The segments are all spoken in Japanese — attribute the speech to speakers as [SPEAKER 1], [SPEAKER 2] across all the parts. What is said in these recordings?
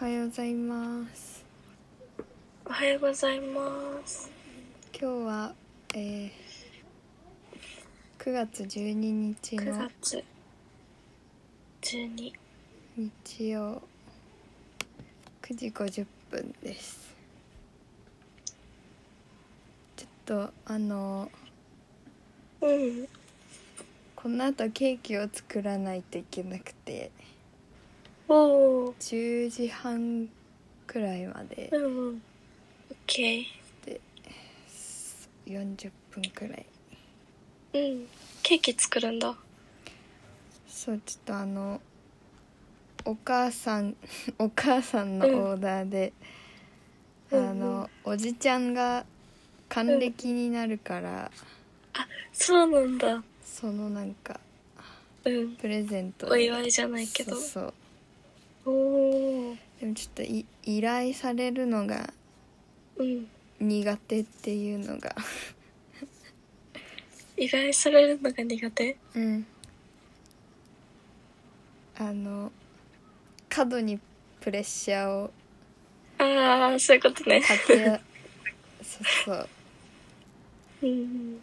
[SPEAKER 1] おはようございます
[SPEAKER 2] おはようございます。
[SPEAKER 1] 今日は、えー、9月12日
[SPEAKER 2] 9
[SPEAKER 1] の
[SPEAKER 2] 月12
[SPEAKER 1] 日曜9時50分ですちょっとあの
[SPEAKER 2] うん
[SPEAKER 1] この後ケーキを作らないといけなくて
[SPEAKER 2] おお
[SPEAKER 1] 10時半くらいまで
[SPEAKER 2] うんうんオッケ
[SPEAKER 1] 40分くらい
[SPEAKER 2] ーうんケーキ作るんだ
[SPEAKER 1] そうちょっとあのお母さん お母さんのオーダーで、
[SPEAKER 2] うん
[SPEAKER 1] あ
[SPEAKER 2] うんう
[SPEAKER 1] のおじちゃんが還暦になるから、
[SPEAKER 2] そうなんだ
[SPEAKER 1] そのなんか
[SPEAKER 2] うん
[SPEAKER 1] プレゼント
[SPEAKER 2] お祝いじゃ
[SPEAKER 1] ゃ
[SPEAKER 2] ないけど
[SPEAKER 1] そうそう
[SPEAKER 2] おお
[SPEAKER 1] でもちょっとい依頼されるのが
[SPEAKER 2] うん
[SPEAKER 1] 苦手っていうのが
[SPEAKER 2] 依頼されるのが苦手
[SPEAKER 1] うん あの過度にプレッシャーを
[SPEAKER 2] ああそういうことね
[SPEAKER 1] かけ やそうそう
[SPEAKER 2] うんうん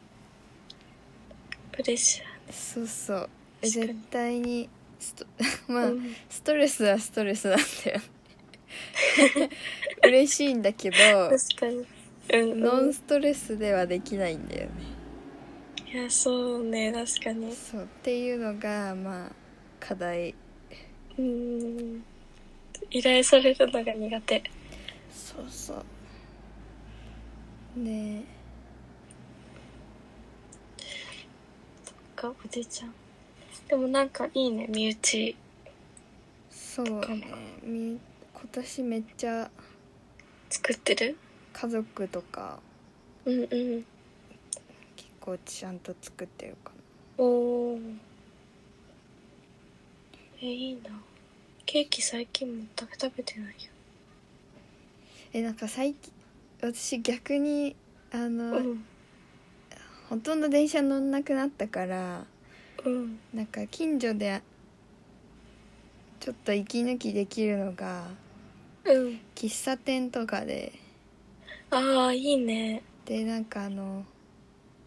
[SPEAKER 2] プレッシ
[SPEAKER 1] そうそう
[SPEAKER 2] 確かに
[SPEAKER 1] 絶対にスト
[SPEAKER 2] ャ
[SPEAKER 1] まあ、
[SPEAKER 2] ー、うん
[SPEAKER 1] ストレスはストレスなんだよね 嬉しいんだけど
[SPEAKER 2] 確かにうん
[SPEAKER 1] ノ
[SPEAKER 2] う
[SPEAKER 1] ン
[SPEAKER 2] ん
[SPEAKER 1] ストレスではできないんだよね
[SPEAKER 2] いやそうね確かに
[SPEAKER 1] そうっていうのがまあ課題
[SPEAKER 2] うん依頼されるのが苦手
[SPEAKER 1] そうそうね
[SPEAKER 2] かおじいちゃんでもなんかいいね身内
[SPEAKER 1] えそうねみ今年めっちゃ
[SPEAKER 2] 作ってる
[SPEAKER 1] 家族とか
[SPEAKER 2] うんうん
[SPEAKER 1] 結構ちゃんと作ってるかな
[SPEAKER 2] おおえいいなケーキ最近全く食べてないよ
[SPEAKER 1] えなんか最近私逆にあの、
[SPEAKER 2] うん
[SPEAKER 1] ほとんど電車乗んなくなったから
[SPEAKER 2] うん
[SPEAKER 1] なんか近所でちょっと息抜きできるのが
[SPEAKER 2] うん
[SPEAKER 1] 喫茶店とかで
[SPEAKER 2] ああいいね
[SPEAKER 1] でなんかあの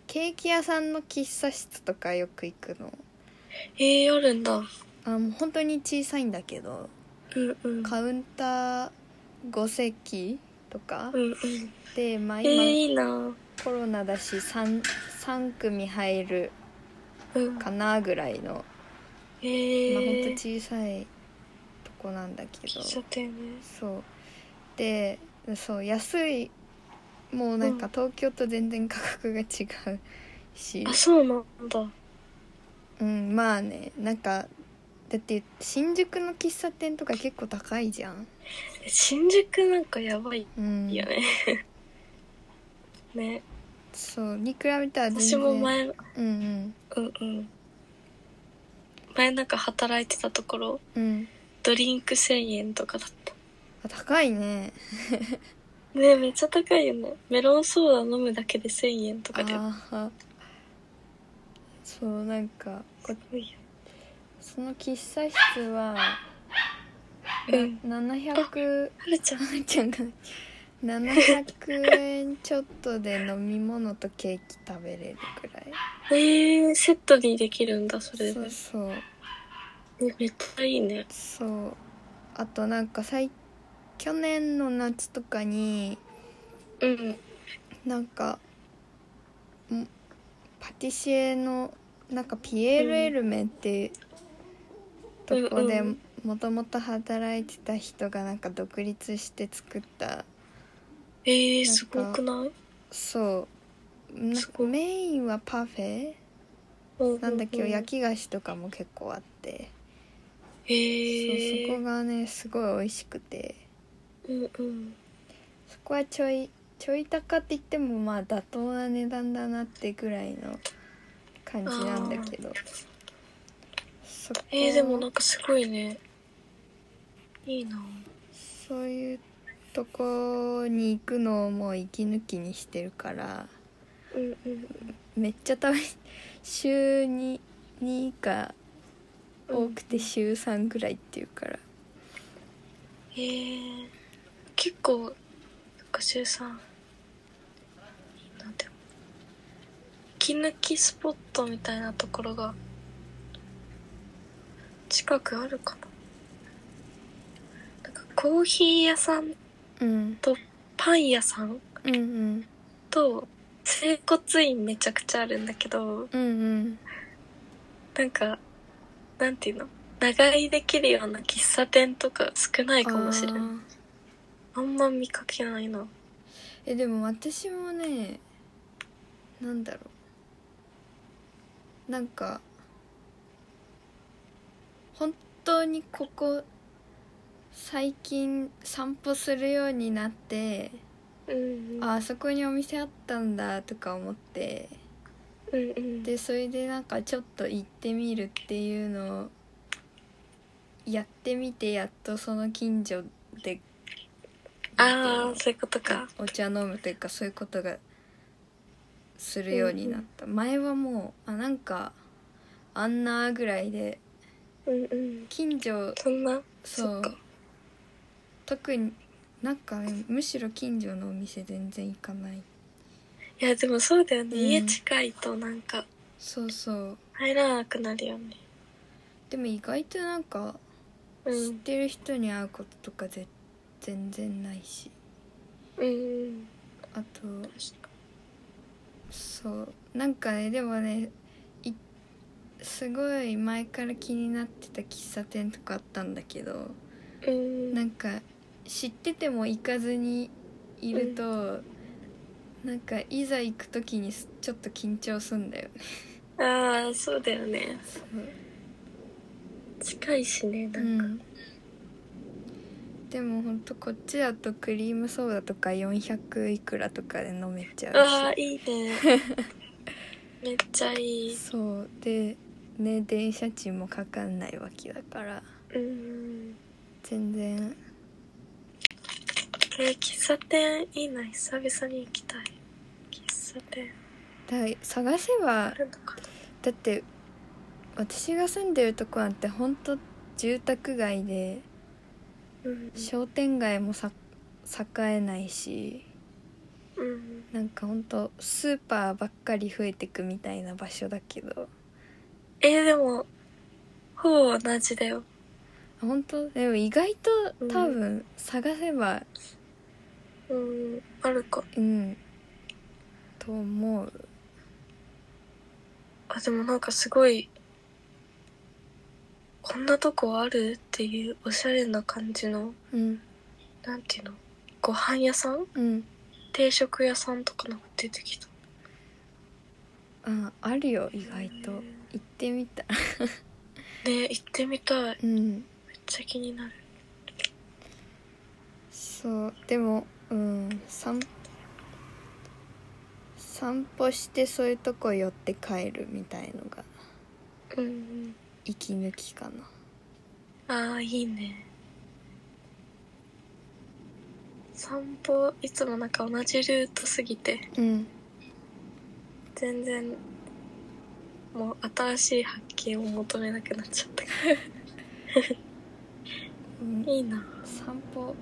[SPEAKER 1] ケーキ屋さんの喫茶室とかよく行くの
[SPEAKER 2] えー、あるんだ
[SPEAKER 1] あもう本当に小さいんだけど
[SPEAKER 2] うんうん
[SPEAKER 1] カウンター5席とか
[SPEAKER 2] うんうん
[SPEAKER 1] でまあ
[SPEAKER 2] えー、
[SPEAKER 1] 今
[SPEAKER 2] いいな
[SPEAKER 1] コロナだし 3, 3組入る
[SPEAKER 2] うん
[SPEAKER 1] かなぐらいの
[SPEAKER 2] え
[SPEAKER 1] まあ本当
[SPEAKER 2] ー、
[SPEAKER 1] 小さいとこなんだけど
[SPEAKER 2] 喫茶店ね
[SPEAKER 1] そうでそう安いもうなんか
[SPEAKER 2] う
[SPEAKER 1] 東京と全然価格が違うし
[SPEAKER 2] あ、そうなんだ
[SPEAKER 1] うん、まあねなんかだって新宿の喫茶店とか結構高いじゃん、
[SPEAKER 2] 新宿なんかやばい
[SPEAKER 1] うん、
[SPEAKER 2] よね ね
[SPEAKER 1] そうに比べたら全然
[SPEAKER 2] 私も前
[SPEAKER 1] うん
[SPEAKER 2] うんうん前なんか働いてたところ
[SPEAKER 1] うんうん
[SPEAKER 2] ドリンク1000円とかだった
[SPEAKER 1] あ高いね
[SPEAKER 2] ねえめっちゃ高いよねメロンソーダ飲むだけで1000円と
[SPEAKER 1] あ
[SPEAKER 2] かで
[SPEAKER 1] ーそうなんかこその喫茶室は、
[SPEAKER 2] うん
[SPEAKER 1] な700
[SPEAKER 2] はるちゃん
[SPEAKER 1] はるちゃんが700円ちょっとで飲み物とケーキ食べれるくらい
[SPEAKER 2] えー、セットにできるんだそれで
[SPEAKER 1] そうそう
[SPEAKER 2] ねめっちゃいいね
[SPEAKER 1] そうあとなんか最去年の夏とかに
[SPEAKER 2] うん
[SPEAKER 1] なんかんパティシエのなんかピエール・エルメっていうとこで
[SPEAKER 2] うんうん
[SPEAKER 1] もともと働いてた人がなんか独立して作った
[SPEAKER 2] えー、すごくない
[SPEAKER 1] そうなん
[SPEAKER 2] す
[SPEAKER 1] か
[SPEAKER 2] ごい
[SPEAKER 1] メインはパフェなんだけど焼
[SPEAKER 2] き
[SPEAKER 1] き菓子とかも結構あって
[SPEAKER 2] え
[SPEAKER 1] そうそこ
[SPEAKER 2] ー、
[SPEAKER 1] がねすごい美味しくて。
[SPEAKER 2] うんうん
[SPEAKER 1] そこはちょいちょい高って言ってもまあ妥当な値段だなってぐらいの感じなんだけどそこ
[SPEAKER 2] えー、でもなんかすごいねいいな
[SPEAKER 1] そういうとこに行くのをもう息抜きにしてるから
[SPEAKER 2] うんうん
[SPEAKER 1] めっちゃ食べ 週に2か多くて週3ぐらいっていうから
[SPEAKER 2] ええー、結構、そっか、週3。なんていうの息抜きスポットみたいなところが、近くあるかな。なんか、コーヒー屋さん
[SPEAKER 1] うん
[SPEAKER 2] とパン屋さん
[SPEAKER 1] うんうん
[SPEAKER 2] と、整骨院めちゃくちゃあるんだけど、
[SPEAKER 1] うんうん
[SPEAKER 2] なんか、なんていうの長居できるような喫茶店とか少ないかもしれない。
[SPEAKER 1] あー
[SPEAKER 2] あんま見かけないな。
[SPEAKER 1] えでも私もねなんだろうなんか本当にここ最近散歩するようになって
[SPEAKER 2] うんうん。
[SPEAKER 1] ああそこにお店あったんだとか思って
[SPEAKER 2] うんうん。
[SPEAKER 1] でそれでなんかちょっと行ってみるっていうのをやってみてやっとその近所で
[SPEAKER 2] ああ、そういうことか。
[SPEAKER 1] お茶飲むというかそういうことがするようになった、前はもうあなんかあんなぐらいで
[SPEAKER 2] うんうん。
[SPEAKER 1] 近所
[SPEAKER 2] そんな、
[SPEAKER 1] そ
[SPEAKER 2] っ
[SPEAKER 1] う
[SPEAKER 2] か
[SPEAKER 1] 特になんかねむしろ近所のお店全然行かない
[SPEAKER 2] いや、でもそうだよね。
[SPEAKER 1] うん
[SPEAKER 2] 家近いとなんか、
[SPEAKER 1] そうそう
[SPEAKER 2] 入らなくなるよね。
[SPEAKER 1] でも意外となんか
[SPEAKER 2] う
[SPEAKER 1] 知っ
[SPEAKER 2] ん。
[SPEAKER 1] てる人に会うこととかぜ全然ないし
[SPEAKER 2] うんうん。
[SPEAKER 1] あとそうなんかねでもねいすごい前から気になってた喫茶店とかあったんだけど
[SPEAKER 2] うん。
[SPEAKER 1] なんか知ってても行かずにいると、なんかいざ行く時にすちょっと緊張すんだよね。
[SPEAKER 2] ああ、そうだよね。
[SPEAKER 1] そう
[SPEAKER 2] 近いしね、
[SPEAKER 1] う
[SPEAKER 2] なんか。
[SPEAKER 1] ん、でもほんとこっちだとクリームソーダとか400いくらとかで飲めちゃ
[SPEAKER 2] うわあ、
[SPEAKER 1] う
[SPEAKER 2] いい ね。めっちゃい
[SPEAKER 1] し
[SPEAKER 2] い。
[SPEAKER 1] そうでね電車賃もかかんないわけだから
[SPEAKER 2] うんうん。
[SPEAKER 1] 全然
[SPEAKER 2] えー、喫茶店いいな。久々に行きたい。喫茶店
[SPEAKER 1] だ探せば
[SPEAKER 2] あるのかな。
[SPEAKER 1] だって私が住んでるとこなんてほんと住宅街で
[SPEAKER 2] うん
[SPEAKER 1] 商店街もさ栄えないし
[SPEAKER 2] うん。うん
[SPEAKER 1] なんかほんとスーパーばっかり増えてくみたいな場所だけど
[SPEAKER 2] えー、でも、ほぼ同じだよ。
[SPEAKER 1] 本当でも意外と多分探せば
[SPEAKER 2] うん。あるか。
[SPEAKER 1] うん、と思う
[SPEAKER 2] あ、でもなんかすごい、こんなとこあるっていうおしゃれな感じの、
[SPEAKER 1] うん
[SPEAKER 2] なんていうのご飯屋さん
[SPEAKER 1] うん
[SPEAKER 2] 定食屋さんとかなんか出てきた。
[SPEAKER 1] ああるよ意外と行ってみた
[SPEAKER 2] ね行ってみたい。
[SPEAKER 1] うん
[SPEAKER 2] めっちゃ気になる。
[SPEAKER 1] そうでもうん散散歩してそういうとこ寄って帰るみたいのが
[SPEAKER 2] うんうん。
[SPEAKER 1] 息抜きかな
[SPEAKER 2] ああ、いいね。散歩、いつもなんか同じルート過ぎて、
[SPEAKER 1] うん
[SPEAKER 2] 全然、もう新しい発見を求めなくなっちゃったか
[SPEAKER 1] うん
[SPEAKER 2] ら。いいな。
[SPEAKER 1] 散歩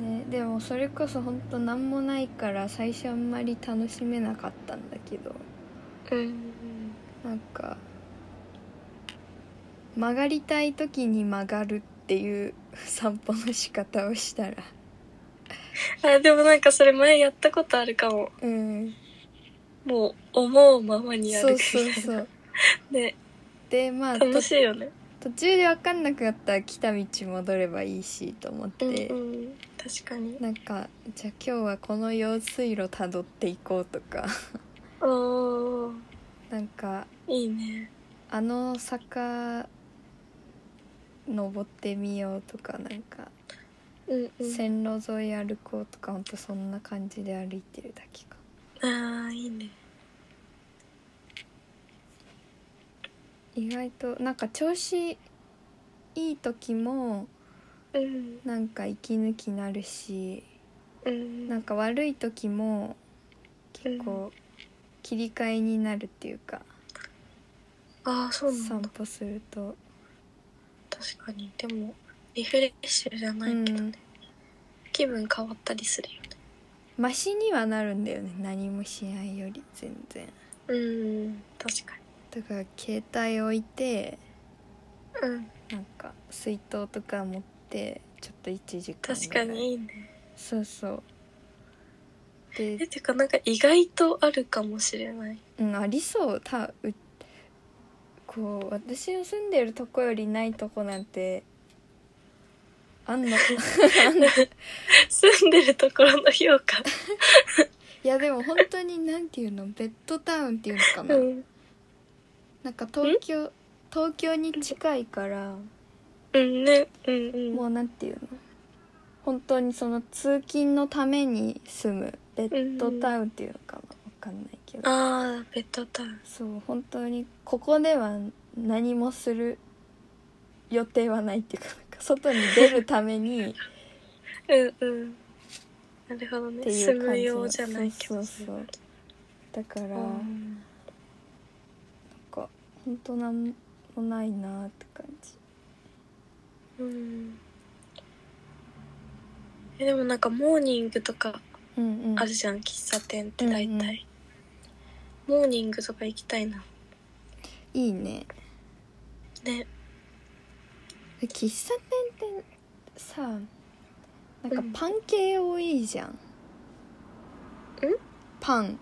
[SPEAKER 1] ねでもそれこそ本当何もないから最初あんまり楽しめなかったんだけど
[SPEAKER 2] うんうん。
[SPEAKER 1] なんか曲がりたい時に曲がるっていう 散歩の仕方をしたら
[SPEAKER 2] あ、でもなんかそれ前やったことあるかも。
[SPEAKER 1] うん
[SPEAKER 2] もう、思うままにや
[SPEAKER 1] そ
[SPEAKER 2] る
[SPEAKER 1] うそうそう
[SPEAKER 2] ね、
[SPEAKER 1] でまあと
[SPEAKER 2] 楽しいよね。
[SPEAKER 1] 途中で分かんなくなったら来た道戻ればいいしと思っ
[SPEAKER 2] うんう
[SPEAKER 1] て、
[SPEAKER 2] ん。確かに。
[SPEAKER 1] なんかじゃあ今日はこの用水路たどっていこうとか
[SPEAKER 2] おー、
[SPEAKER 1] なんか
[SPEAKER 2] いいね。
[SPEAKER 1] あの坂登ってみようとかなんか、
[SPEAKER 2] うんうん。
[SPEAKER 1] 線路沿い歩こうとかほんとそんな感じで歩いてるだけか
[SPEAKER 2] あー、いいね。
[SPEAKER 1] 意外となんか調子いい時も
[SPEAKER 2] うん。
[SPEAKER 1] なんか息抜きなるし
[SPEAKER 2] うん。
[SPEAKER 1] なんか悪い時も結構切り替えになるっていうか、
[SPEAKER 2] ああ、そうなん
[SPEAKER 1] 散
[SPEAKER 2] だ。
[SPEAKER 1] 歩すると
[SPEAKER 2] 確かに。でも、リフレッシュじゃないけどね、
[SPEAKER 1] うん
[SPEAKER 2] 気分変わったりするよね
[SPEAKER 1] マシにはなるんだよね何もしないより全然
[SPEAKER 2] うん確か
[SPEAKER 1] だから携帯置いて
[SPEAKER 2] にうん
[SPEAKER 1] なんか水筒とか持ってちょっと1時間
[SPEAKER 2] 確
[SPEAKER 1] ぐら
[SPEAKER 2] か
[SPEAKER 1] い
[SPEAKER 2] にいいね
[SPEAKER 1] そうそう
[SPEAKER 2] え
[SPEAKER 1] で、
[SPEAKER 2] てかなんか意外とあるかもしれない
[SPEAKER 1] うん、ありそうたうこう私の住んでるとこよりないとこなんてあんのあ んの
[SPEAKER 2] 住んでるところの評価
[SPEAKER 1] いやでも本当になんていうのベッドタウンっていうのかな、
[SPEAKER 2] うん
[SPEAKER 1] なんか東京東京に近いから
[SPEAKER 2] うんねうんうん
[SPEAKER 1] もうなんていうの本当にその通勤のために住むベッドタウンっていうのかなわかんないけど
[SPEAKER 2] ああベッドタウン
[SPEAKER 1] そう本当にここでは何もする予定はないっていうかなんか外に出るため に
[SPEAKER 2] うんうんなるほど
[SPEAKER 1] って
[SPEAKER 2] ね
[SPEAKER 1] い
[SPEAKER 2] 住
[SPEAKER 1] う感
[SPEAKER 2] む
[SPEAKER 1] じの
[SPEAKER 2] 用じゃないけど
[SPEAKER 1] そうそうそうだから
[SPEAKER 2] う
[SPEAKER 1] なん
[SPEAKER 2] ん
[SPEAKER 1] か本当なんもないなーって感じ
[SPEAKER 2] うんえでもなんかモーニングとか
[SPEAKER 1] うんうん
[SPEAKER 2] あるじゃん、喫茶店って大
[SPEAKER 1] うんうん
[SPEAKER 2] 体、モーニングとか行きたいない
[SPEAKER 1] いね
[SPEAKER 2] ね
[SPEAKER 1] 喫茶店ってさなんかパン系多いじゃん、パン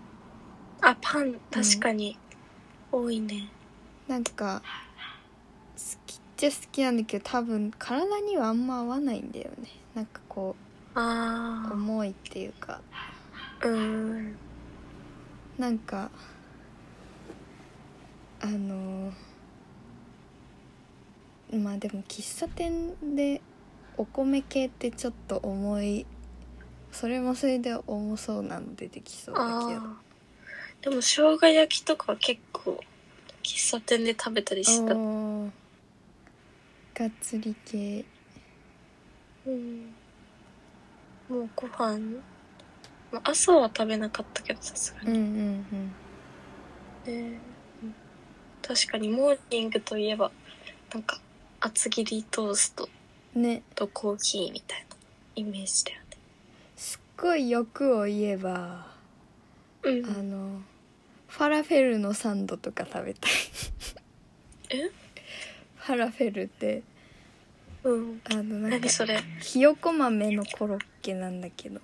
[SPEAKER 2] あパン確かに多いね、
[SPEAKER 1] なんか好きっちゃ好きなんだけど多分体にはあんま合わないんだよねなんかこう
[SPEAKER 2] ああ
[SPEAKER 1] 重いっていうか
[SPEAKER 2] うん
[SPEAKER 1] なんかあのーまあでも喫茶店でお米系ってちょっと重いそれもそれで重そうなの出てきそうだけど
[SPEAKER 2] あーでも生姜焼きとかは結構喫茶店で食べたりした、
[SPEAKER 1] おーがっつり系
[SPEAKER 2] うんもうご飯、まあ、朝は食べなかったけどさすが
[SPEAKER 1] うん
[SPEAKER 2] に
[SPEAKER 1] う
[SPEAKER 2] ね、
[SPEAKER 1] んうん
[SPEAKER 2] うん確かにモーニングといえばなんか厚切りトースト
[SPEAKER 1] ね
[SPEAKER 2] とコーヒーみたいなイメージだよね
[SPEAKER 1] すっごい欲を言えば
[SPEAKER 2] うん
[SPEAKER 1] あのファラフェルのサンドとか食べたい
[SPEAKER 2] え
[SPEAKER 1] ファラフェルって
[SPEAKER 2] うん
[SPEAKER 1] あのなんか
[SPEAKER 2] 何それ
[SPEAKER 1] ひよこ豆のコロッケなんだけど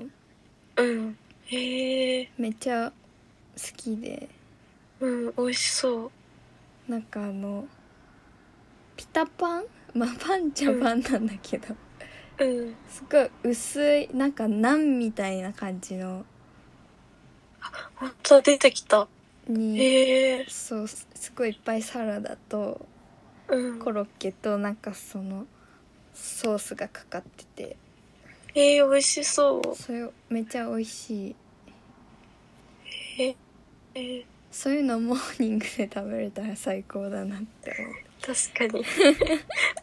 [SPEAKER 2] うんへえ
[SPEAKER 1] めっちゃ好きで
[SPEAKER 2] うん美味しそう
[SPEAKER 1] なんかあのピタパン まあパンちゃパンなんだけど、
[SPEAKER 2] うん
[SPEAKER 1] すごい薄いなんかナンみたいな感じの
[SPEAKER 2] ほんと出てきた
[SPEAKER 1] に
[SPEAKER 2] へえ
[SPEAKER 1] そうすすごいいっぱいサラダと
[SPEAKER 2] うん
[SPEAKER 1] コロッケとなんかそのソースがかかってて
[SPEAKER 2] へえ美味しそう
[SPEAKER 1] それめっちゃ美味しい
[SPEAKER 2] へえ
[SPEAKER 1] そういうのモーニングで食べれたら最高だなって思う
[SPEAKER 2] 確かに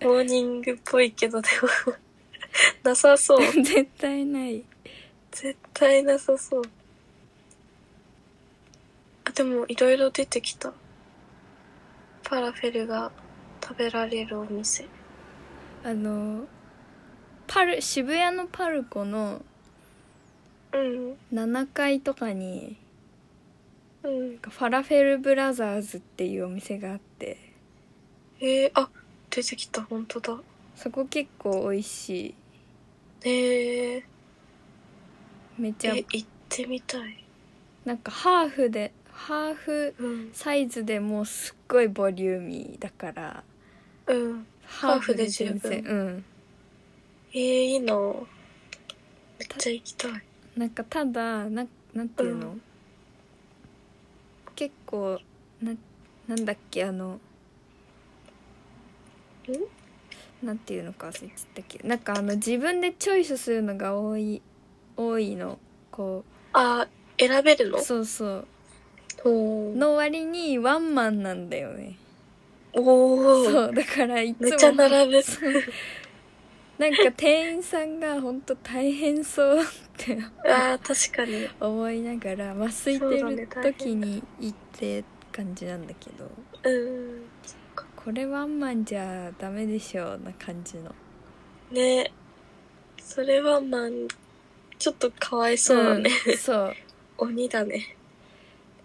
[SPEAKER 2] モーニングっぽいけどでもなさそう
[SPEAKER 1] 絶対ない
[SPEAKER 2] 絶対なさそうあでもいろいろ出てきたファラフェルが食べられるお店
[SPEAKER 1] あのパル渋谷のパルコの
[SPEAKER 2] うん
[SPEAKER 1] 7階とかに
[SPEAKER 2] うん
[SPEAKER 1] ファラフェルブラザーズっていうお店があって
[SPEAKER 2] えー、あ出てきた本当だ
[SPEAKER 1] そこ結構美味しい
[SPEAKER 2] えー、
[SPEAKER 1] めっちゃ
[SPEAKER 2] え行ってみたい
[SPEAKER 1] なんかハーフでハーフ
[SPEAKER 2] うん
[SPEAKER 1] サイズでもうすっごいボリューミーだから
[SPEAKER 2] うん
[SPEAKER 1] ハーフで
[SPEAKER 2] ハーフで十
[SPEAKER 1] 全
[SPEAKER 2] 分
[SPEAKER 1] 然うん
[SPEAKER 2] えー、いいなめっちゃ行きたい
[SPEAKER 1] なんかただなんなんていうの、
[SPEAKER 2] う
[SPEAKER 1] 結構ななんだっけあのなんていうのか忘れちゃったっけなんかあの自分でチョイスするのが多い多いのこ
[SPEAKER 2] あ選べるの
[SPEAKER 1] うそうそう
[SPEAKER 2] おー
[SPEAKER 1] の割にワンマンなんだよね
[SPEAKER 2] おー
[SPEAKER 1] そうだからいつも
[SPEAKER 2] めっちゃ並ぶ
[SPEAKER 1] そうなんか店員さんが本当大変そうって
[SPEAKER 2] あー確かに
[SPEAKER 1] 思いながらまあ空いてる時に行って感じなんだけど
[SPEAKER 2] うん
[SPEAKER 1] これワンマンじゃダメでしょうな感じの
[SPEAKER 2] ねそれはまあちょっとかわいそうだね、
[SPEAKER 1] うんそう
[SPEAKER 2] 鬼だね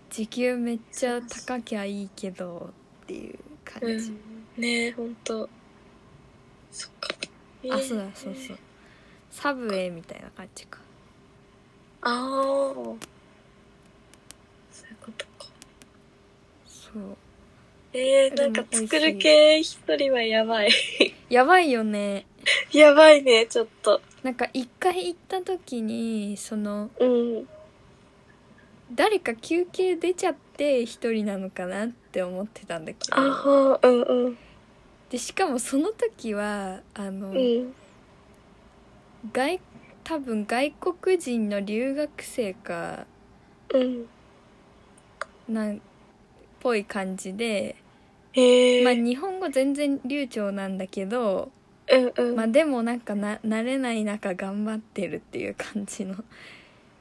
[SPEAKER 1] 時給めっちゃ高きゃいいけどっていう感
[SPEAKER 2] う
[SPEAKER 1] じ、
[SPEAKER 2] んねほんとそっか
[SPEAKER 1] あそうだそうそうサブウェイみたいな感じか
[SPEAKER 2] ああそういうことか
[SPEAKER 1] そう
[SPEAKER 2] えー、
[SPEAKER 1] で
[SPEAKER 2] な
[SPEAKER 1] も
[SPEAKER 2] んか作る系一人はやばい
[SPEAKER 1] やばいよね
[SPEAKER 2] やばいねちょっと
[SPEAKER 1] なんか一回行った時にその
[SPEAKER 2] うん
[SPEAKER 1] 誰か休憩出ちゃって一人なのかなって思ってたんだけ
[SPEAKER 2] あ
[SPEAKER 1] ど
[SPEAKER 2] はうんうん
[SPEAKER 1] でしかもその時はあの、
[SPEAKER 2] うん
[SPEAKER 1] 外多分外国人の留学生か
[SPEAKER 2] うん
[SPEAKER 1] なんぽい感じで、
[SPEAKER 2] へえ
[SPEAKER 1] まあ、日本語全然流暢なんだけど、
[SPEAKER 2] うんうん、
[SPEAKER 1] まあ、でもなんかな慣れない中頑張ってるっていう感じの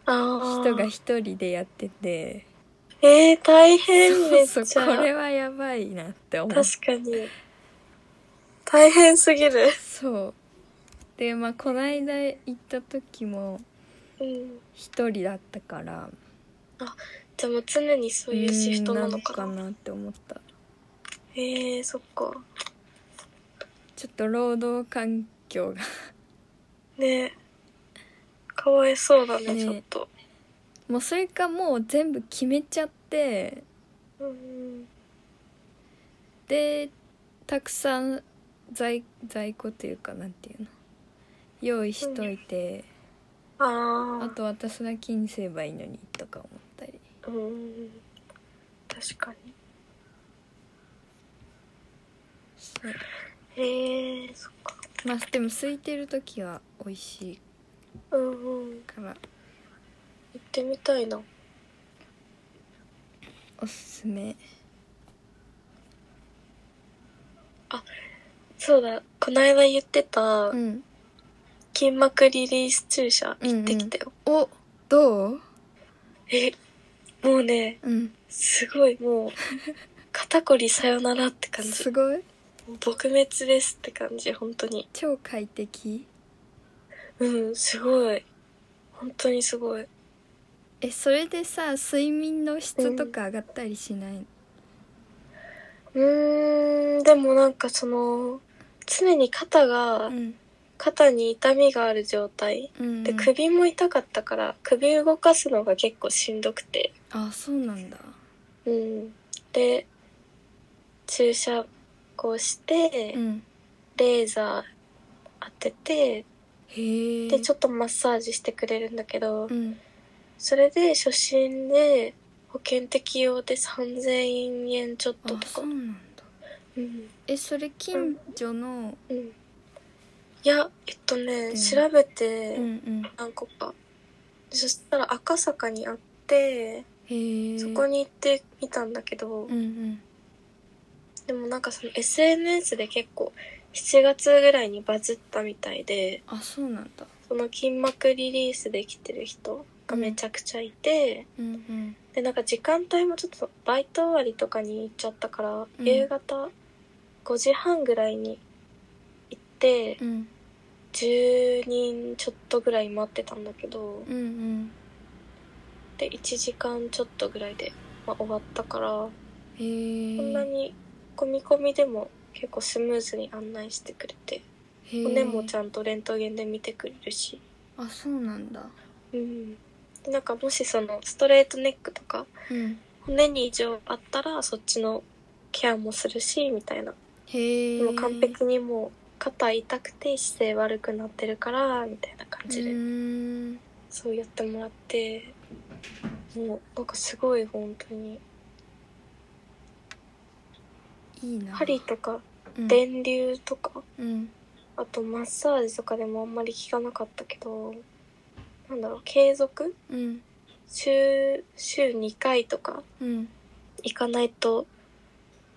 [SPEAKER 2] あー
[SPEAKER 1] 人が一人でやってて
[SPEAKER 2] えー、大変めっち
[SPEAKER 1] そ
[SPEAKER 2] ゃ
[SPEAKER 1] うそうこれはやばいなって思って
[SPEAKER 2] 確かに大変すぎる
[SPEAKER 1] そうでまあこないだ行った時も
[SPEAKER 2] うん
[SPEAKER 1] 一人だったから
[SPEAKER 2] じゃあもう常にそういうシフトなのか
[SPEAKER 1] う
[SPEAKER 2] なん
[SPEAKER 1] なのかなって思った
[SPEAKER 2] へえー、そっか
[SPEAKER 1] ちょっと労働環境が
[SPEAKER 2] ねかわいそうだね
[SPEAKER 1] ね
[SPEAKER 2] ちょっと
[SPEAKER 1] もうそれかもう全部決めちゃって
[SPEAKER 2] うん
[SPEAKER 1] でたくさん在在庫というかなんていうの用意しといて、あ
[SPEAKER 2] あ
[SPEAKER 1] と私だけにすればいいのにとか思ったり
[SPEAKER 2] あうん確かに
[SPEAKER 1] そう
[SPEAKER 2] へえー、そっか
[SPEAKER 1] まあでも空いてる時は美味しい
[SPEAKER 2] うんうん
[SPEAKER 1] から
[SPEAKER 2] 行ってみたいな
[SPEAKER 1] おすすめ
[SPEAKER 2] そうだこないだ言ってた
[SPEAKER 1] うん
[SPEAKER 2] 筋膜リリース注射行ってきたよ、
[SPEAKER 1] おどう
[SPEAKER 2] えもうね
[SPEAKER 1] うん
[SPEAKER 2] すごいもう肩こりさよならって感じ
[SPEAKER 1] すごい
[SPEAKER 2] 撲滅ですって感じ本当に
[SPEAKER 1] 超快適
[SPEAKER 2] うんすごい本当にすごい
[SPEAKER 1] えそれでさ睡眠の質とか上がったりしない、
[SPEAKER 2] うーんでもなんかその常に肩が、
[SPEAKER 1] うん
[SPEAKER 2] 肩に痛みがある状態
[SPEAKER 1] うん、
[SPEAKER 2] で首も痛かったから首動かすのが結構しんどくて
[SPEAKER 1] あそうなんだ
[SPEAKER 2] うんで注射こうして、
[SPEAKER 1] うん
[SPEAKER 2] レーザー当てて
[SPEAKER 1] へえ
[SPEAKER 2] でち
[SPEAKER 1] ょ
[SPEAKER 2] ょっとマッサージしてくれるんだけど、
[SPEAKER 1] うん
[SPEAKER 2] それで初診で保険適用で3000円ちょっと
[SPEAKER 1] あ
[SPEAKER 2] とか
[SPEAKER 1] そうなんだ
[SPEAKER 2] うん
[SPEAKER 1] えそれ近所の
[SPEAKER 2] うんいやえっと
[SPEAKER 1] う
[SPEAKER 2] ね
[SPEAKER 1] ん
[SPEAKER 2] 調べて
[SPEAKER 1] うんうん
[SPEAKER 2] 何個か、そしたら赤坂にあって
[SPEAKER 1] へえ
[SPEAKER 2] そこに行ってみたんだけど、
[SPEAKER 1] うんうん
[SPEAKER 2] でもなんかその SNS で結構7月ぐらいにバズったみたいで
[SPEAKER 1] あそうなんだ
[SPEAKER 2] その筋膜リリースできてる人がめちゃくちゃいて、
[SPEAKER 1] うんうん
[SPEAKER 2] でなんか時間帯もちょっとバイト終わりとかに行っちゃったから、
[SPEAKER 1] うん
[SPEAKER 2] 夕方5時半ぐらいに行って、
[SPEAKER 1] うん
[SPEAKER 2] 10人ちょっとぐらい待ってたんだけど
[SPEAKER 1] うんうん
[SPEAKER 2] で1時間ちょっとぐらいで、まあ、終わったからこ
[SPEAKER 1] へ
[SPEAKER 2] んな
[SPEAKER 1] え
[SPEAKER 2] に込み込みでも結構スムーズに案内してくれて骨もち
[SPEAKER 1] ゃ
[SPEAKER 2] ゃんとレントゲンで見てくれるし、
[SPEAKER 1] あそうなんだ
[SPEAKER 2] うん、でなんかもしそのストレートネックとか
[SPEAKER 1] うん
[SPEAKER 2] 骨に異常あったらそっちのケアもするしみたいな。
[SPEAKER 1] へえ
[SPEAKER 2] もう完璧にもう肩痛くて姿勢悪くなってるからみたいな感じで、
[SPEAKER 1] うーん
[SPEAKER 2] そうやってもらってもうなんかすごい本当に
[SPEAKER 1] いいな
[SPEAKER 2] 針とか
[SPEAKER 1] うん
[SPEAKER 2] 電流とか、
[SPEAKER 1] うん
[SPEAKER 2] あとマッサージとかでもあんまり効かなかったけどなんだろう継続
[SPEAKER 1] うん
[SPEAKER 2] 週週2回とか
[SPEAKER 1] うん
[SPEAKER 2] 行かないと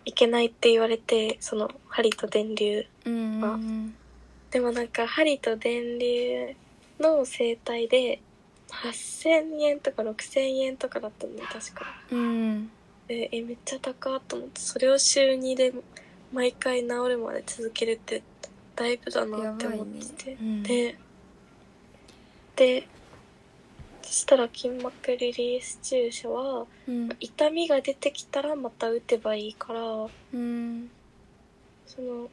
[SPEAKER 2] いけないって言われてその針と電流
[SPEAKER 1] うんうんうん
[SPEAKER 2] でもなんか針と電流の生態で8000円とか6000円とかだったの確か
[SPEAKER 1] うん
[SPEAKER 2] でえめっちゃ高っと思ってそれを週2で毎回治るまで続けるってだいぶだな
[SPEAKER 1] や
[SPEAKER 2] って
[SPEAKER 1] ばい
[SPEAKER 2] 思っ
[SPEAKER 1] ね
[SPEAKER 2] てて、
[SPEAKER 1] うん
[SPEAKER 2] ででそしたら筋膜リリース注射は
[SPEAKER 1] うん
[SPEAKER 2] 痛みが出てきたらまた打てばいいから
[SPEAKER 1] うん
[SPEAKER 2] その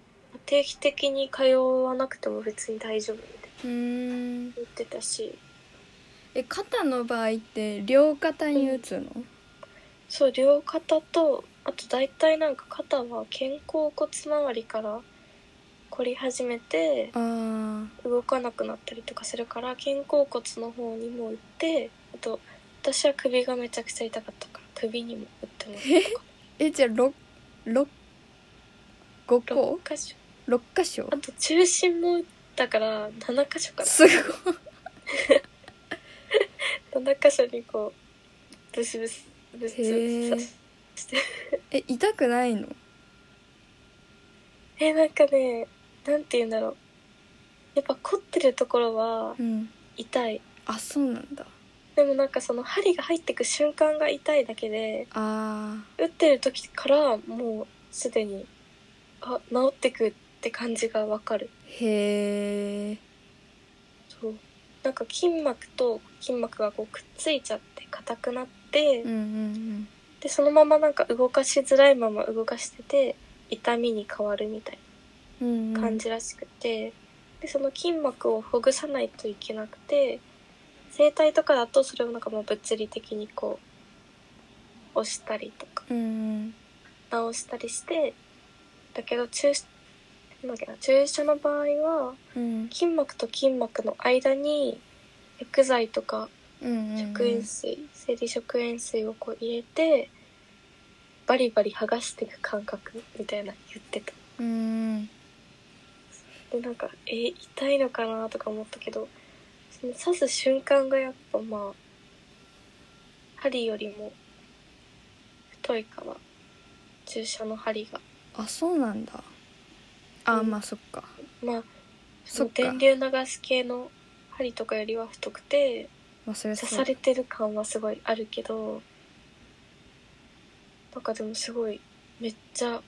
[SPEAKER 2] 定期的に通わなくても別に大丈夫みたいな
[SPEAKER 1] うん
[SPEAKER 2] 言ってたし
[SPEAKER 1] え肩の場合って両肩に打つの、
[SPEAKER 2] そう両肩とあと大体なんか肩は肩甲骨周りから凝り始めて
[SPEAKER 1] あ
[SPEAKER 2] 動かなくなったりとかするから肩甲骨の方にも打ってあと私は首がめちゃくちゃ痛かったから首にも打ってもらっ
[SPEAKER 1] あえじゃあ六六五
[SPEAKER 2] た
[SPEAKER 1] 個
[SPEAKER 2] 6箇所
[SPEAKER 1] 六箇所
[SPEAKER 2] あと中心も打ったから7箇所か
[SPEAKER 1] すごい
[SPEAKER 2] な7箇所にこうブスブスブスブス刺して
[SPEAKER 1] え痛くないの
[SPEAKER 2] えなんかねなんて言うんだろうやっぱ凝ってるところは
[SPEAKER 1] うん
[SPEAKER 2] 痛い
[SPEAKER 1] あそうなんだ
[SPEAKER 2] でもなんかその針が入ってく瞬間が痛いだけで
[SPEAKER 1] あ
[SPEAKER 2] 打ってる時からもうすでにあ治ってくって感じがわかる
[SPEAKER 1] ーへえ
[SPEAKER 2] そうなんか筋膜と筋膜がこうくっついちゃって硬くなって、
[SPEAKER 1] うんうん
[SPEAKER 2] でそのままなんか動かしづらいまま動かしてて痛みに変わるみたい
[SPEAKER 1] うんうんう
[SPEAKER 2] なん感じらしくて、でその筋膜をほぐさないといけなくて整体とかだとそれをなんかもう物理的にこう押したりとか
[SPEAKER 1] うんうん
[SPEAKER 2] 直したりしてだけど注射なんだっけな注射の場合は
[SPEAKER 1] うん
[SPEAKER 2] 筋膜と筋膜の間に薬剤とか
[SPEAKER 1] うんうん
[SPEAKER 2] 食塩水、生理食塩水をこう入れてバリバリ剥がしていく感覚みたいな言ってた
[SPEAKER 1] うん
[SPEAKER 2] でなんかえー痛いのかなとか思ったけどその刺す瞬間がやっぱまあ針よりも太いから注射の針が
[SPEAKER 1] あそうなんだあ
[SPEAKER 2] うん
[SPEAKER 1] まあそっか
[SPEAKER 2] まあ
[SPEAKER 1] そっか
[SPEAKER 2] 電流流す系の針とかよりは太くて
[SPEAKER 1] まあそれは
[SPEAKER 2] 刺
[SPEAKER 1] そ
[SPEAKER 2] さ
[SPEAKER 1] う
[SPEAKER 2] れてる感はすごいあるけどなんかでもすごいめっちゃ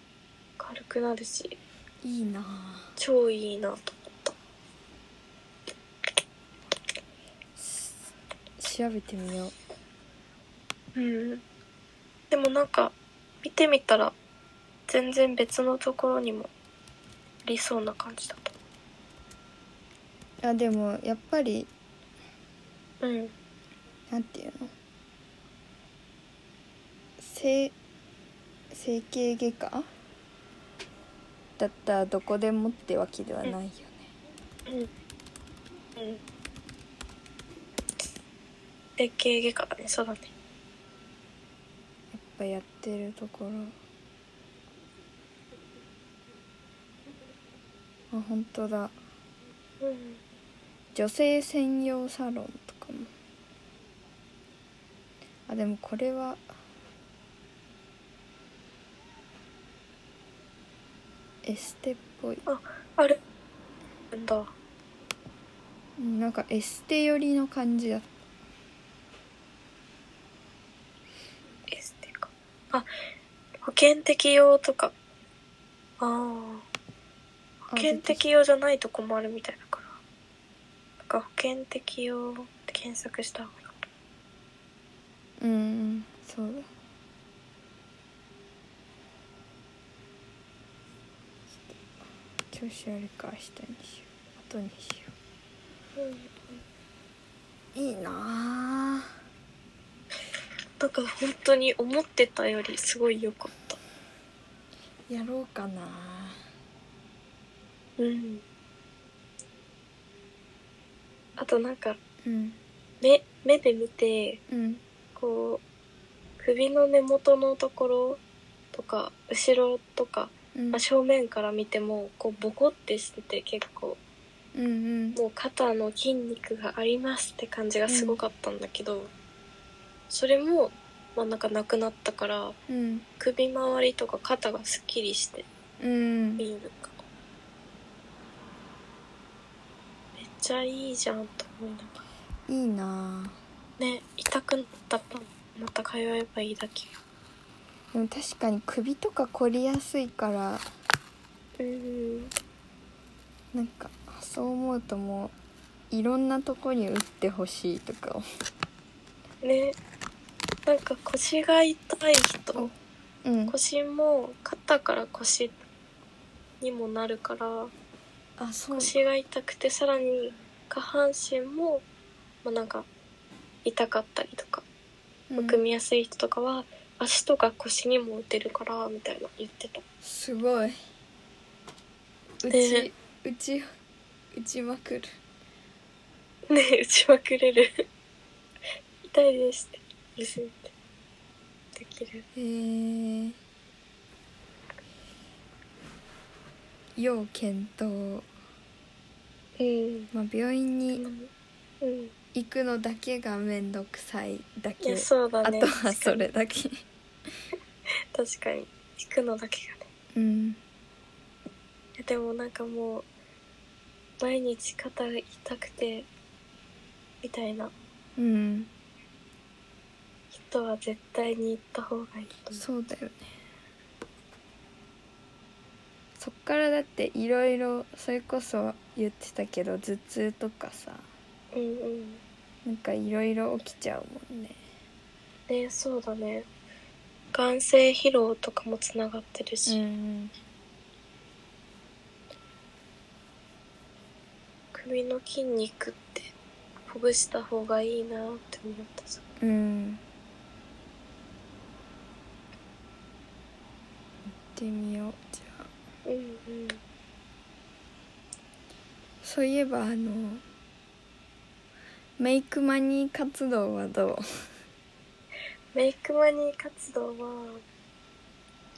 [SPEAKER 2] 軽くなるし
[SPEAKER 1] いいなあ
[SPEAKER 2] 超いいなと思った
[SPEAKER 1] 調べてみよう
[SPEAKER 2] うんでもなんか見てみたら全然別のところにもありそうな感じだっ
[SPEAKER 1] あでもやっぱり
[SPEAKER 2] たうん
[SPEAKER 1] なんていうの整整形外科だったらどこでもってわけではないよね、
[SPEAKER 2] うん整形外科だねそうだね
[SPEAKER 1] やっぱやってるところあ本当だ
[SPEAKER 2] うん
[SPEAKER 1] 女性専用サロンとかもあでもこれはエステっぽい
[SPEAKER 2] あるんだ
[SPEAKER 1] うんなんかエステ寄りの感じだった
[SPEAKER 2] エステかあ保険適用とかああ保険適用じゃないとこもあるみたいだからなんか保険適用って検索した方がいい
[SPEAKER 1] うんうんそうだちょっと調子悪いから明日にしよう後にしよういいなあ
[SPEAKER 2] なんか本当に思ってたよりすごい良かった
[SPEAKER 1] やろうかな
[SPEAKER 2] うんあとなんか
[SPEAKER 1] うん
[SPEAKER 2] 目目で見て
[SPEAKER 1] うん
[SPEAKER 2] こう首の根元のところとか後ろとか、
[SPEAKER 1] うん
[SPEAKER 2] まあ、正面から見てもこうボコってしてて結構
[SPEAKER 1] うんうん
[SPEAKER 2] もう肩の筋肉がありますって感じがすごかったんだけど、それもまあなんかなくなったから
[SPEAKER 1] うん
[SPEAKER 2] 首周りとか肩がすっきりして
[SPEAKER 1] うん
[SPEAKER 2] いいのかなめっちゃいいじゃんと思いなが
[SPEAKER 1] いいなあ
[SPEAKER 2] らね痛くなったらまた通えばいいだけ
[SPEAKER 1] でも確かに首とか凝りやすいから
[SPEAKER 2] うん
[SPEAKER 1] なんかそう思うともういろんなとこに打ってほしいとか思
[SPEAKER 2] ねなんか腰が痛い人
[SPEAKER 1] ううん
[SPEAKER 2] 腰も肩から腰にもなるから
[SPEAKER 1] あそう
[SPEAKER 2] 腰が痛くてさらに下半身も、まあ、なんか痛かったりとか
[SPEAKER 1] う
[SPEAKER 2] む
[SPEAKER 1] ん
[SPEAKER 2] くみやすい人とかは、足とか腰にも打てるからみたいな言ってた
[SPEAKER 1] すごいうち、
[SPEAKER 2] ね
[SPEAKER 1] うち打ちまくる
[SPEAKER 2] ねえ打ちまくれる痛いですって別にできる
[SPEAKER 1] へえ要検討、
[SPEAKER 2] うん
[SPEAKER 1] まあ、病院に
[SPEAKER 2] うん
[SPEAKER 1] 行くのだけが面倒くさいだ
[SPEAKER 2] い
[SPEAKER 1] け、
[SPEAKER 2] やそうだ
[SPEAKER 1] あ
[SPEAKER 2] ね
[SPEAKER 1] とはそれだけ
[SPEAKER 2] 確かに引くのだけがね
[SPEAKER 1] うん
[SPEAKER 2] いやでもなんかもう毎日肩が痛くてみたいな
[SPEAKER 1] うん
[SPEAKER 2] 人は絶対に行った方がいいと思う
[SPEAKER 1] そうだよねそっからだっていろいろそれこそ言ってたけど頭痛とかさ
[SPEAKER 2] うんうん
[SPEAKER 1] なんかいろいろ起きちゃうもんね
[SPEAKER 2] ねそうだね眼性疲労とかもつながってるし、
[SPEAKER 1] ん
[SPEAKER 2] 首の筋肉ってほぐした方がいいなって思ったさ
[SPEAKER 1] うん行ってみようじゃあ
[SPEAKER 2] うんうん
[SPEAKER 1] そういえばあのメイクマニー活動はどう
[SPEAKER 2] メイクマニー活動はな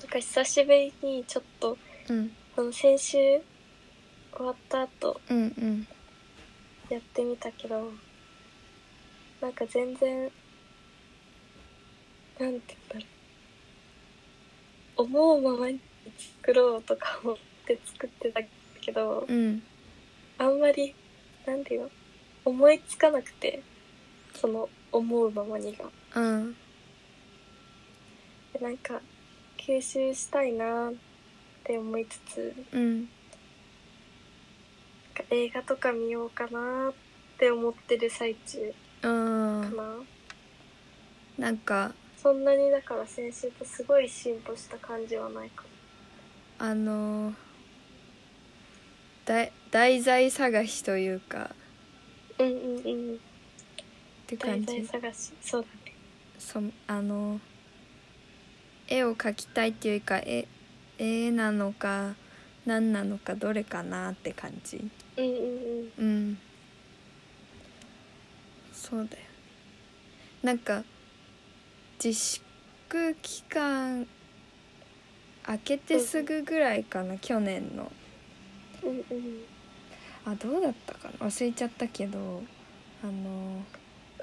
[SPEAKER 2] んか久しぶりにちょっと
[SPEAKER 1] うん
[SPEAKER 2] あの先週終わった後
[SPEAKER 1] うんうん
[SPEAKER 2] やってみたけどなんか全然なんて言うんだろう思うままに作ろうとか思って作ってたけど
[SPEAKER 1] うん
[SPEAKER 2] あんまりなんていうの思いつかなくてその思うままにが
[SPEAKER 1] うん
[SPEAKER 2] でなんか吸収したいなって思いつつ
[SPEAKER 1] うん
[SPEAKER 2] なんか映画とか見ようかなって思ってる最中
[SPEAKER 1] あ
[SPEAKER 2] か
[SPEAKER 1] ー
[SPEAKER 2] な、
[SPEAKER 1] なんか
[SPEAKER 2] そんなにだから先週とすごい進歩した感じはないかも
[SPEAKER 1] あのーだい題材探しというか
[SPEAKER 2] うんうんうん
[SPEAKER 1] って
[SPEAKER 2] 題
[SPEAKER 1] 感
[SPEAKER 2] 材
[SPEAKER 1] じ
[SPEAKER 2] 探しそうだね
[SPEAKER 1] そあのー絵を描きたいっていうか絵絵なのか何なのかどれかなって感じ
[SPEAKER 2] うんうんうん
[SPEAKER 1] うんそうだよなんか自粛期間明けてすぐぐらいかな去年の
[SPEAKER 2] うんうん
[SPEAKER 1] あどうだったかな忘れちゃったけどあの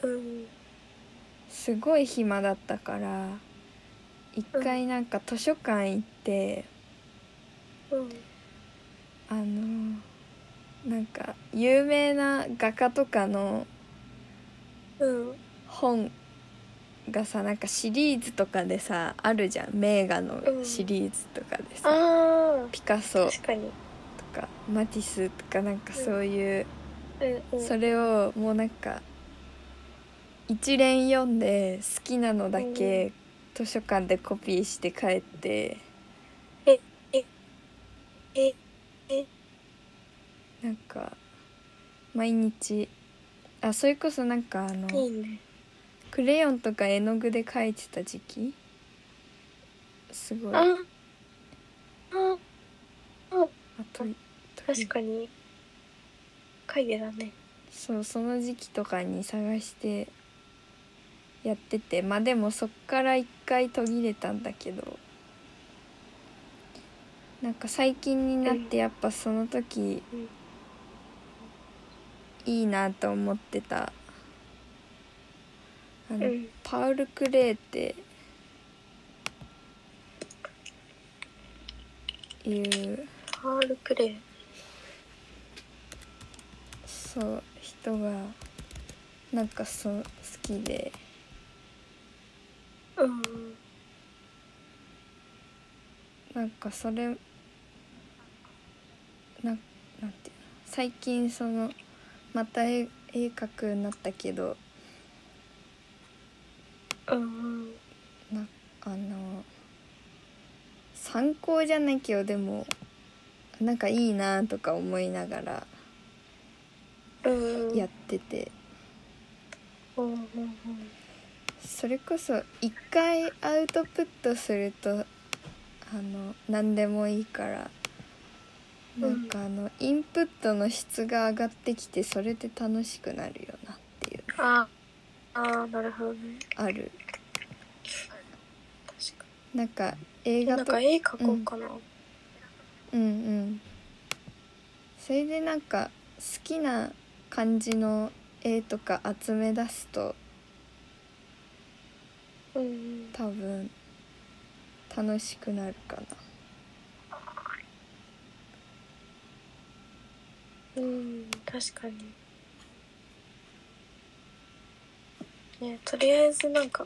[SPEAKER 2] うん
[SPEAKER 1] すごい暇だったから一回なんか図書館行って、
[SPEAKER 2] うん
[SPEAKER 1] あのなんか有名な画家とかの
[SPEAKER 2] うん
[SPEAKER 1] 本がさなんかシリーズとかでさあるじゃん名画のシリーズとかでさ、
[SPEAKER 2] あ
[SPEAKER 1] ピカソ
[SPEAKER 2] あ
[SPEAKER 1] と
[SPEAKER 2] 確かに
[SPEAKER 1] かマティスとかなんかそういう、
[SPEAKER 2] うんうん
[SPEAKER 1] それをもうなんか一連読んで好きなのだけ図書館でコピーして帰って
[SPEAKER 2] え
[SPEAKER 1] なんか毎日あそれこそなんかあ
[SPEAKER 2] いい
[SPEAKER 1] の
[SPEAKER 2] ね
[SPEAKER 1] クレヨンとか絵の具で描いてた時期すごいあ
[SPEAKER 2] ああ
[SPEAKER 1] と
[SPEAKER 2] 確かに会議だね
[SPEAKER 1] そうその時期とかに探してやっててまあでもそっから一回途切れたんだけどなんか最近になってやっぱその時
[SPEAKER 2] うん
[SPEAKER 1] いいなと思ってたあの、
[SPEAKER 2] うん
[SPEAKER 1] パウル・クレーっていう
[SPEAKER 2] パールプレイ
[SPEAKER 1] そう人がなんかそう好きで。
[SPEAKER 2] うん
[SPEAKER 1] なんかそれなんなんていうの最近そのまた絵絵描くようになったけど
[SPEAKER 2] うんうん
[SPEAKER 1] なあの参考じゃないけどでもなんかいいなとか思いながら
[SPEAKER 2] うんうん
[SPEAKER 1] やってて
[SPEAKER 2] うんうんうん
[SPEAKER 1] それこそ一回アウトプットするとあの何でもいいからなんかあのインプットの質が上がってきてそれで楽しくなるよなっていう
[SPEAKER 2] ああーなるほどね
[SPEAKER 1] ある
[SPEAKER 2] 確か
[SPEAKER 1] なんか映
[SPEAKER 2] にな
[SPEAKER 1] 画
[SPEAKER 2] ん
[SPEAKER 1] とか
[SPEAKER 2] か絵描こうかな、
[SPEAKER 1] うんうんそれでなんか好きな感じの絵とか集め出すと
[SPEAKER 2] うんうん
[SPEAKER 1] 多分楽しくなるかな
[SPEAKER 2] うん確かにねとりあえずなんか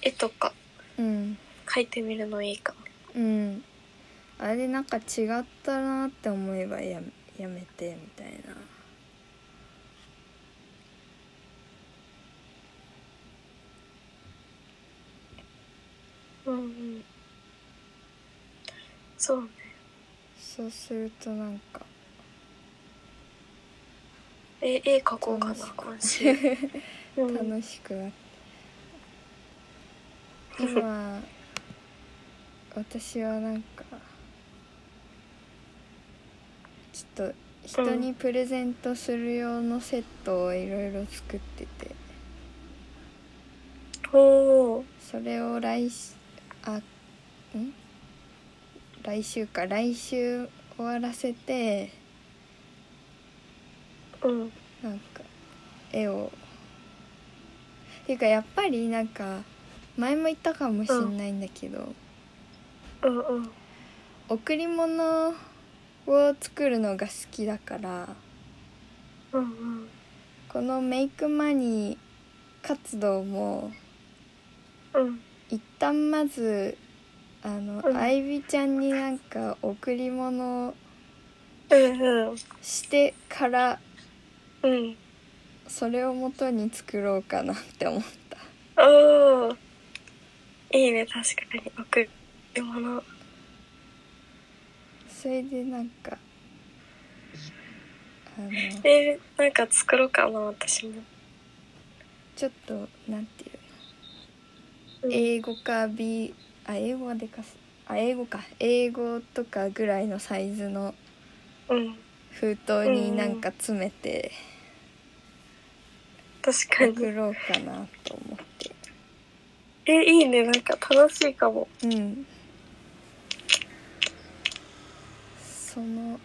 [SPEAKER 2] 絵とか
[SPEAKER 1] うん
[SPEAKER 2] 描いてみるのいいかも
[SPEAKER 1] うんあれなんか違ったなって思えばやめやめてみたいな
[SPEAKER 2] うんうんそうね
[SPEAKER 1] そうするとなんか
[SPEAKER 2] え絵描こうかな今週うん
[SPEAKER 1] 楽しくなって今私はなんかちょっと人にプレゼントする用のセットをいろいろ作ってて
[SPEAKER 2] おー
[SPEAKER 1] それを来しあん来週か来週終わらせて
[SPEAKER 2] うん
[SPEAKER 1] なんか絵をっていうかやっぱりなんか前も言ったかもしんないんだけど、
[SPEAKER 2] うんうん
[SPEAKER 1] 贈り物を作るのが好きだから
[SPEAKER 2] うんうん
[SPEAKER 1] このメイクマニー活動も
[SPEAKER 2] うん
[SPEAKER 1] 一旦まずあの、
[SPEAKER 2] うん
[SPEAKER 1] あいびちゃんになんか贈り物を
[SPEAKER 2] うんうん
[SPEAKER 1] してから
[SPEAKER 2] うん
[SPEAKER 1] それをもとに作ろうかなって思った
[SPEAKER 2] おーいいね確かに贈り物
[SPEAKER 1] それでなんかあの
[SPEAKER 2] えなんか作ろうかな私も
[SPEAKER 1] ちょっとなんていう
[SPEAKER 2] うん
[SPEAKER 1] 英語か B あ英語はでかすあ英語か英語とかぐらいのサイズの
[SPEAKER 2] うん
[SPEAKER 1] 封筒になんか詰めて
[SPEAKER 2] 確かに
[SPEAKER 1] 送ろうかなと思って
[SPEAKER 2] えいいねなんか楽しいかも
[SPEAKER 1] うんその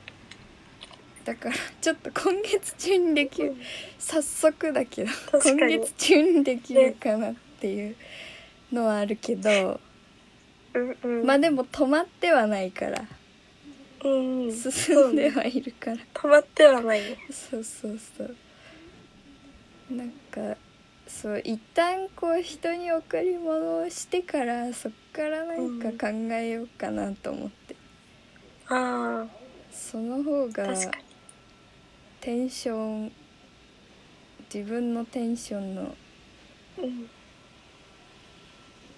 [SPEAKER 1] だからちょっと今月中にできる早速だけど
[SPEAKER 2] 確か
[SPEAKER 1] 今
[SPEAKER 2] に
[SPEAKER 1] 月中にできるかなっていうのはあるけど
[SPEAKER 2] うんうん
[SPEAKER 1] まあでも止まってはないから
[SPEAKER 2] うんうん
[SPEAKER 1] 進んではいるから
[SPEAKER 2] 止まってはないね
[SPEAKER 1] そうそうそうなんかそう一旦こう人に贈り物をしてからそっから何か考えようかなと思って、
[SPEAKER 2] あ
[SPEAKER 1] その方
[SPEAKER 2] あ
[SPEAKER 1] が
[SPEAKER 2] 確かに
[SPEAKER 1] テンション自分のテンションの
[SPEAKER 2] うん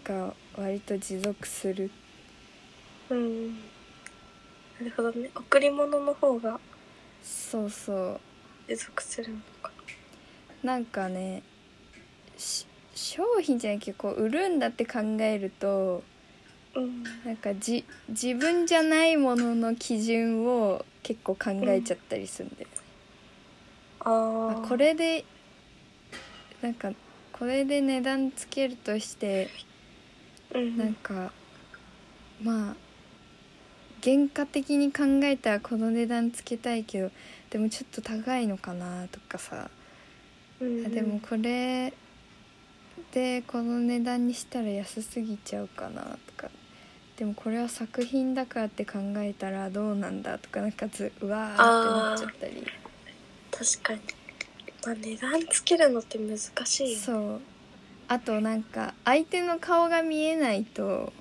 [SPEAKER 1] が割と持続する
[SPEAKER 2] うんなるほどね贈り物の方が
[SPEAKER 1] そうそ
[SPEAKER 2] 持続するのか
[SPEAKER 1] うなんかねし商品じゃなくてこう売るんだって考えると
[SPEAKER 2] うん
[SPEAKER 1] なんかじ自分じゃないものの基準を結構考えちゃったりするんで、
[SPEAKER 2] あ
[SPEAKER 1] あ
[SPEAKER 2] あ
[SPEAKER 1] これでなんかこれで値段つけるとして
[SPEAKER 2] うん
[SPEAKER 1] なんかまあ原価的に考えたらこの値段つけたいけどでもちょっと高いのかなとかさ、
[SPEAKER 2] うん
[SPEAKER 1] あでもこれでこの値段にしたら安すぎちゃうかなとかでもこれは作品だからって考えたらどうなんだとかなんかずうわーってなっちゃったり
[SPEAKER 2] 確かにまあ値段つけるのって難しいよね
[SPEAKER 1] そうあとなんか相手の顔が見えないと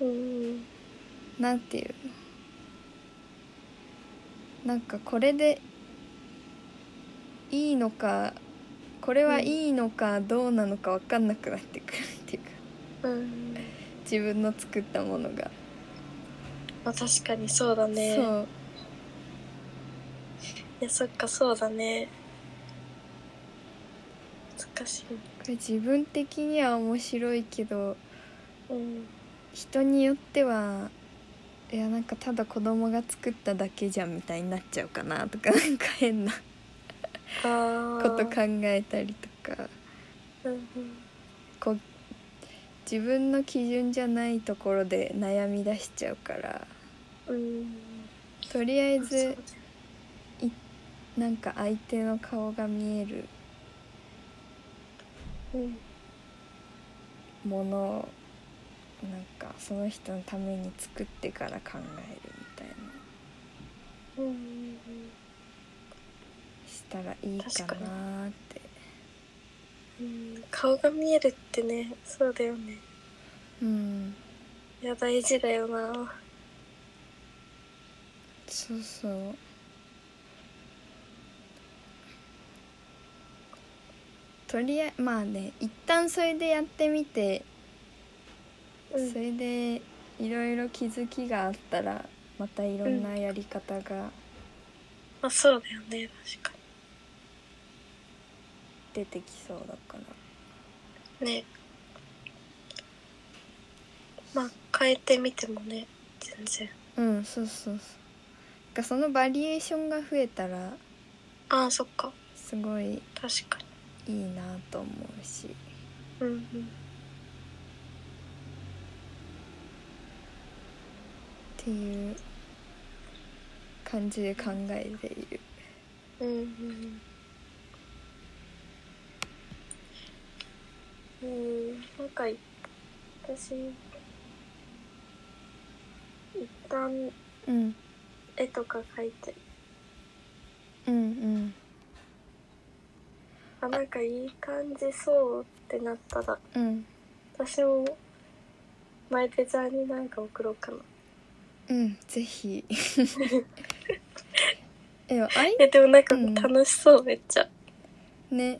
[SPEAKER 2] うん
[SPEAKER 1] なんていうのなんかこれでいいのかこれはいいのかどうなのか分かんなくなってくるっていうか
[SPEAKER 2] うん
[SPEAKER 1] 自分の作ったものが、
[SPEAKER 2] まあ確かにそうだね
[SPEAKER 1] そう
[SPEAKER 2] いやそっかそうだね難しい
[SPEAKER 1] これ自分的には面白いけど
[SPEAKER 2] うん
[SPEAKER 1] 人によってはいやなんかただ子供が作っただけじゃんみたいになっちゃうかなとか なんか変な
[SPEAKER 2] あー
[SPEAKER 1] こと考えたりとか
[SPEAKER 2] うんうん
[SPEAKER 1] こう自分の基準じゃないところで悩み出しちゃうから
[SPEAKER 2] うん
[SPEAKER 1] とりあえ
[SPEAKER 2] そうだ
[SPEAKER 1] ずなんか相手の顔が見える
[SPEAKER 2] うん
[SPEAKER 1] ものをなんかその人のために作ってから考えるみたいな
[SPEAKER 2] うんうんうん
[SPEAKER 1] したらいいかなーって
[SPEAKER 2] うん顔が見えるってねそうだよね
[SPEAKER 1] うん
[SPEAKER 2] いや大事だよな
[SPEAKER 1] そうそうとりあえまあね一旦それでやってみて、
[SPEAKER 2] うん
[SPEAKER 1] それでいろいろ気づきがあったらまたいろんなやり方が
[SPEAKER 2] まあそうだよね確か
[SPEAKER 1] 出てきそうだから、
[SPEAKER 2] にねまあ変えてみてもね全然
[SPEAKER 1] うんそうそうそうなんかそのバリエーションが増えたら
[SPEAKER 2] ああそっか
[SPEAKER 1] すごい
[SPEAKER 2] 確かに
[SPEAKER 1] いいなと思うし
[SPEAKER 2] うんうん
[SPEAKER 1] っていう感じで考えている
[SPEAKER 2] うんうんうん、うんなんかい私一旦
[SPEAKER 1] うん
[SPEAKER 2] 絵とか描いて
[SPEAKER 1] うんうん
[SPEAKER 2] あなんかいい感じそうってなったら
[SPEAKER 1] うん
[SPEAKER 2] 私もマイペちゃんになんか送ろうかな
[SPEAKER 1] うんぜひ えでもあい
[SPEAKER 2] えでもなんか
[SPEAKER 1] うん
[SPEAKER 2] 楽しそう、めっちゃ
[SPEAKER 1] ね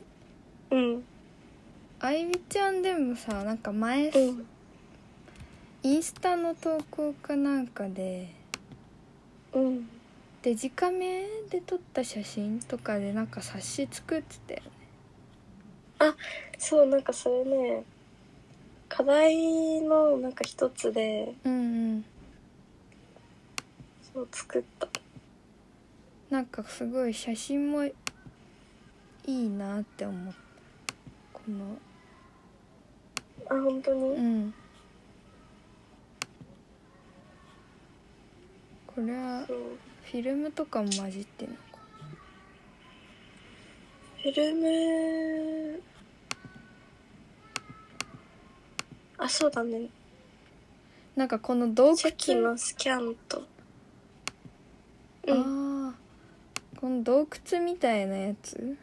[SPEAKER 2] うん
[SPEAKER 1] あいみちゃんでもさなんか前
[SPEAKER 2] うん
[SPEAKER 1] インスタの投稿かなんかで
[SPEAKER 2] うん
[SPEAKER 1] デジカメで撮った写真とかでなんか冊子作ってたよね
[SPEAKER 2] そうなんかそれね課題のなんか一つで
[SPEAKER 1] うんうん
[SPEAKER 2] そう作った
[SPEAKER 1] なんかすごい写真もいいなって思ったこの
[SPEAKER 2] あ本当に、
[SPEAKER 1] うんこれは
[SPEAKER 2] そう
[SPEAKER 1] フィルムとかも混じってんのか
[SPEAKER 2] フィルムあそうだね
[SPEAKER 1] なんかこの洞
[SPEAKER 2] チェキ
[SPEAKER 1] 窟
[SPEAKER 2] のスキャンとうん
[SPEAKER 1] ああこの洞窟みたいなやつ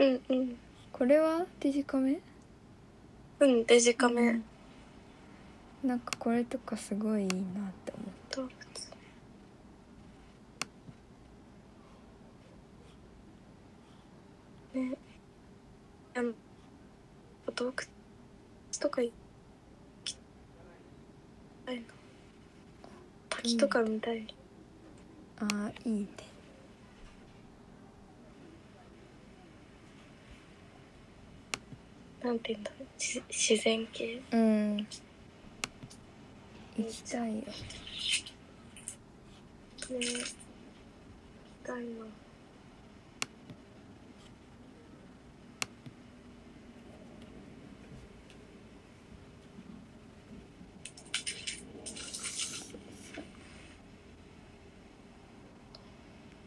[SPEAKER 2] うんうん
[SPEAKER 1] これはデジカメ
[SPEAKER 2] うんデジカメ、
[SPEAKER 1] なんかこれとかすごいいいなって思う
[SPEAKER 2] 動物ねあの洞窟とか行きたいな滝とか見たい、
[SPEAKER 1] ああいいね
[SPEAKER 2] なんて言うんだろうじ自然系
[SPEAKER 1] うん行きたいよ
[SPEAKER 2] ね行きたいな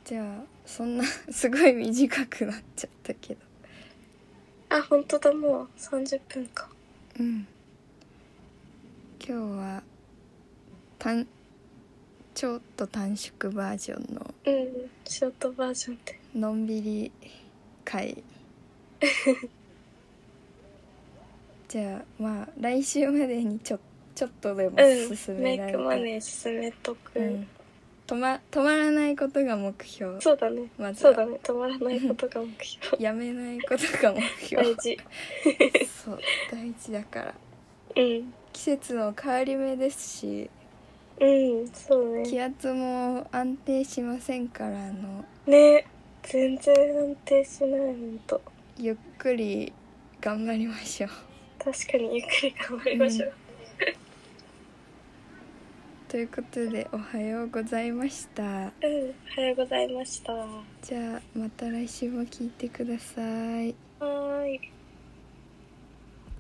[SPEAKER 1] じゃあそんなすごい短くなっちゃったけど
[SPEAKER 2] あ本当だもう30分か
[SPEAKER 1] うん今日は短ちょっと短縮バージョンの
[SPEAKER 2] うんショートバージョンで
[SPEAKER 1] のんびり 会じゃあまあ来 週までにちょちょっとでも
[SPEAKER 2] うん
[SPEAKER 1] 進められ
[SPEAKER 2] メイ
[SPEAKER 1] た
[SPEAKER 2] クマネー進めとく、
[SPEAKER 1] うん止ま止まらないことが目標
[SPEAKER 2] そうだね、
[SPEAKER 1] まず
[SPEAKER 2] そ
[SPEAKER 1] は
[SPEAKER 2] うだね止まらないことが目標
[SPEAKER 1] やめないことが目 標
[SPEAKER 2] 大事
[SPEAKER 1] そう大事だから
[SPEAKER 2] うん
[SPEAKER 1] 季節の変わり目ですし
[SPEAKER 2] うんそうね
[SPEAKER 1] 気圧も安定しませんからあの
[SPEAKER 2] ね全然安定しないほんと
[SPEAKER 1] ゆっくり頑張りましょう
[SPEAKER 2] 確かにゆっくり頑張りましょう、
[SPEAKER 1] ということでおはようございました
[SPEAKER 2] うんおはようございましたは
[SPEAKER 1] じゃあまた来週も聞いてください
[SPEAKER 2] ーい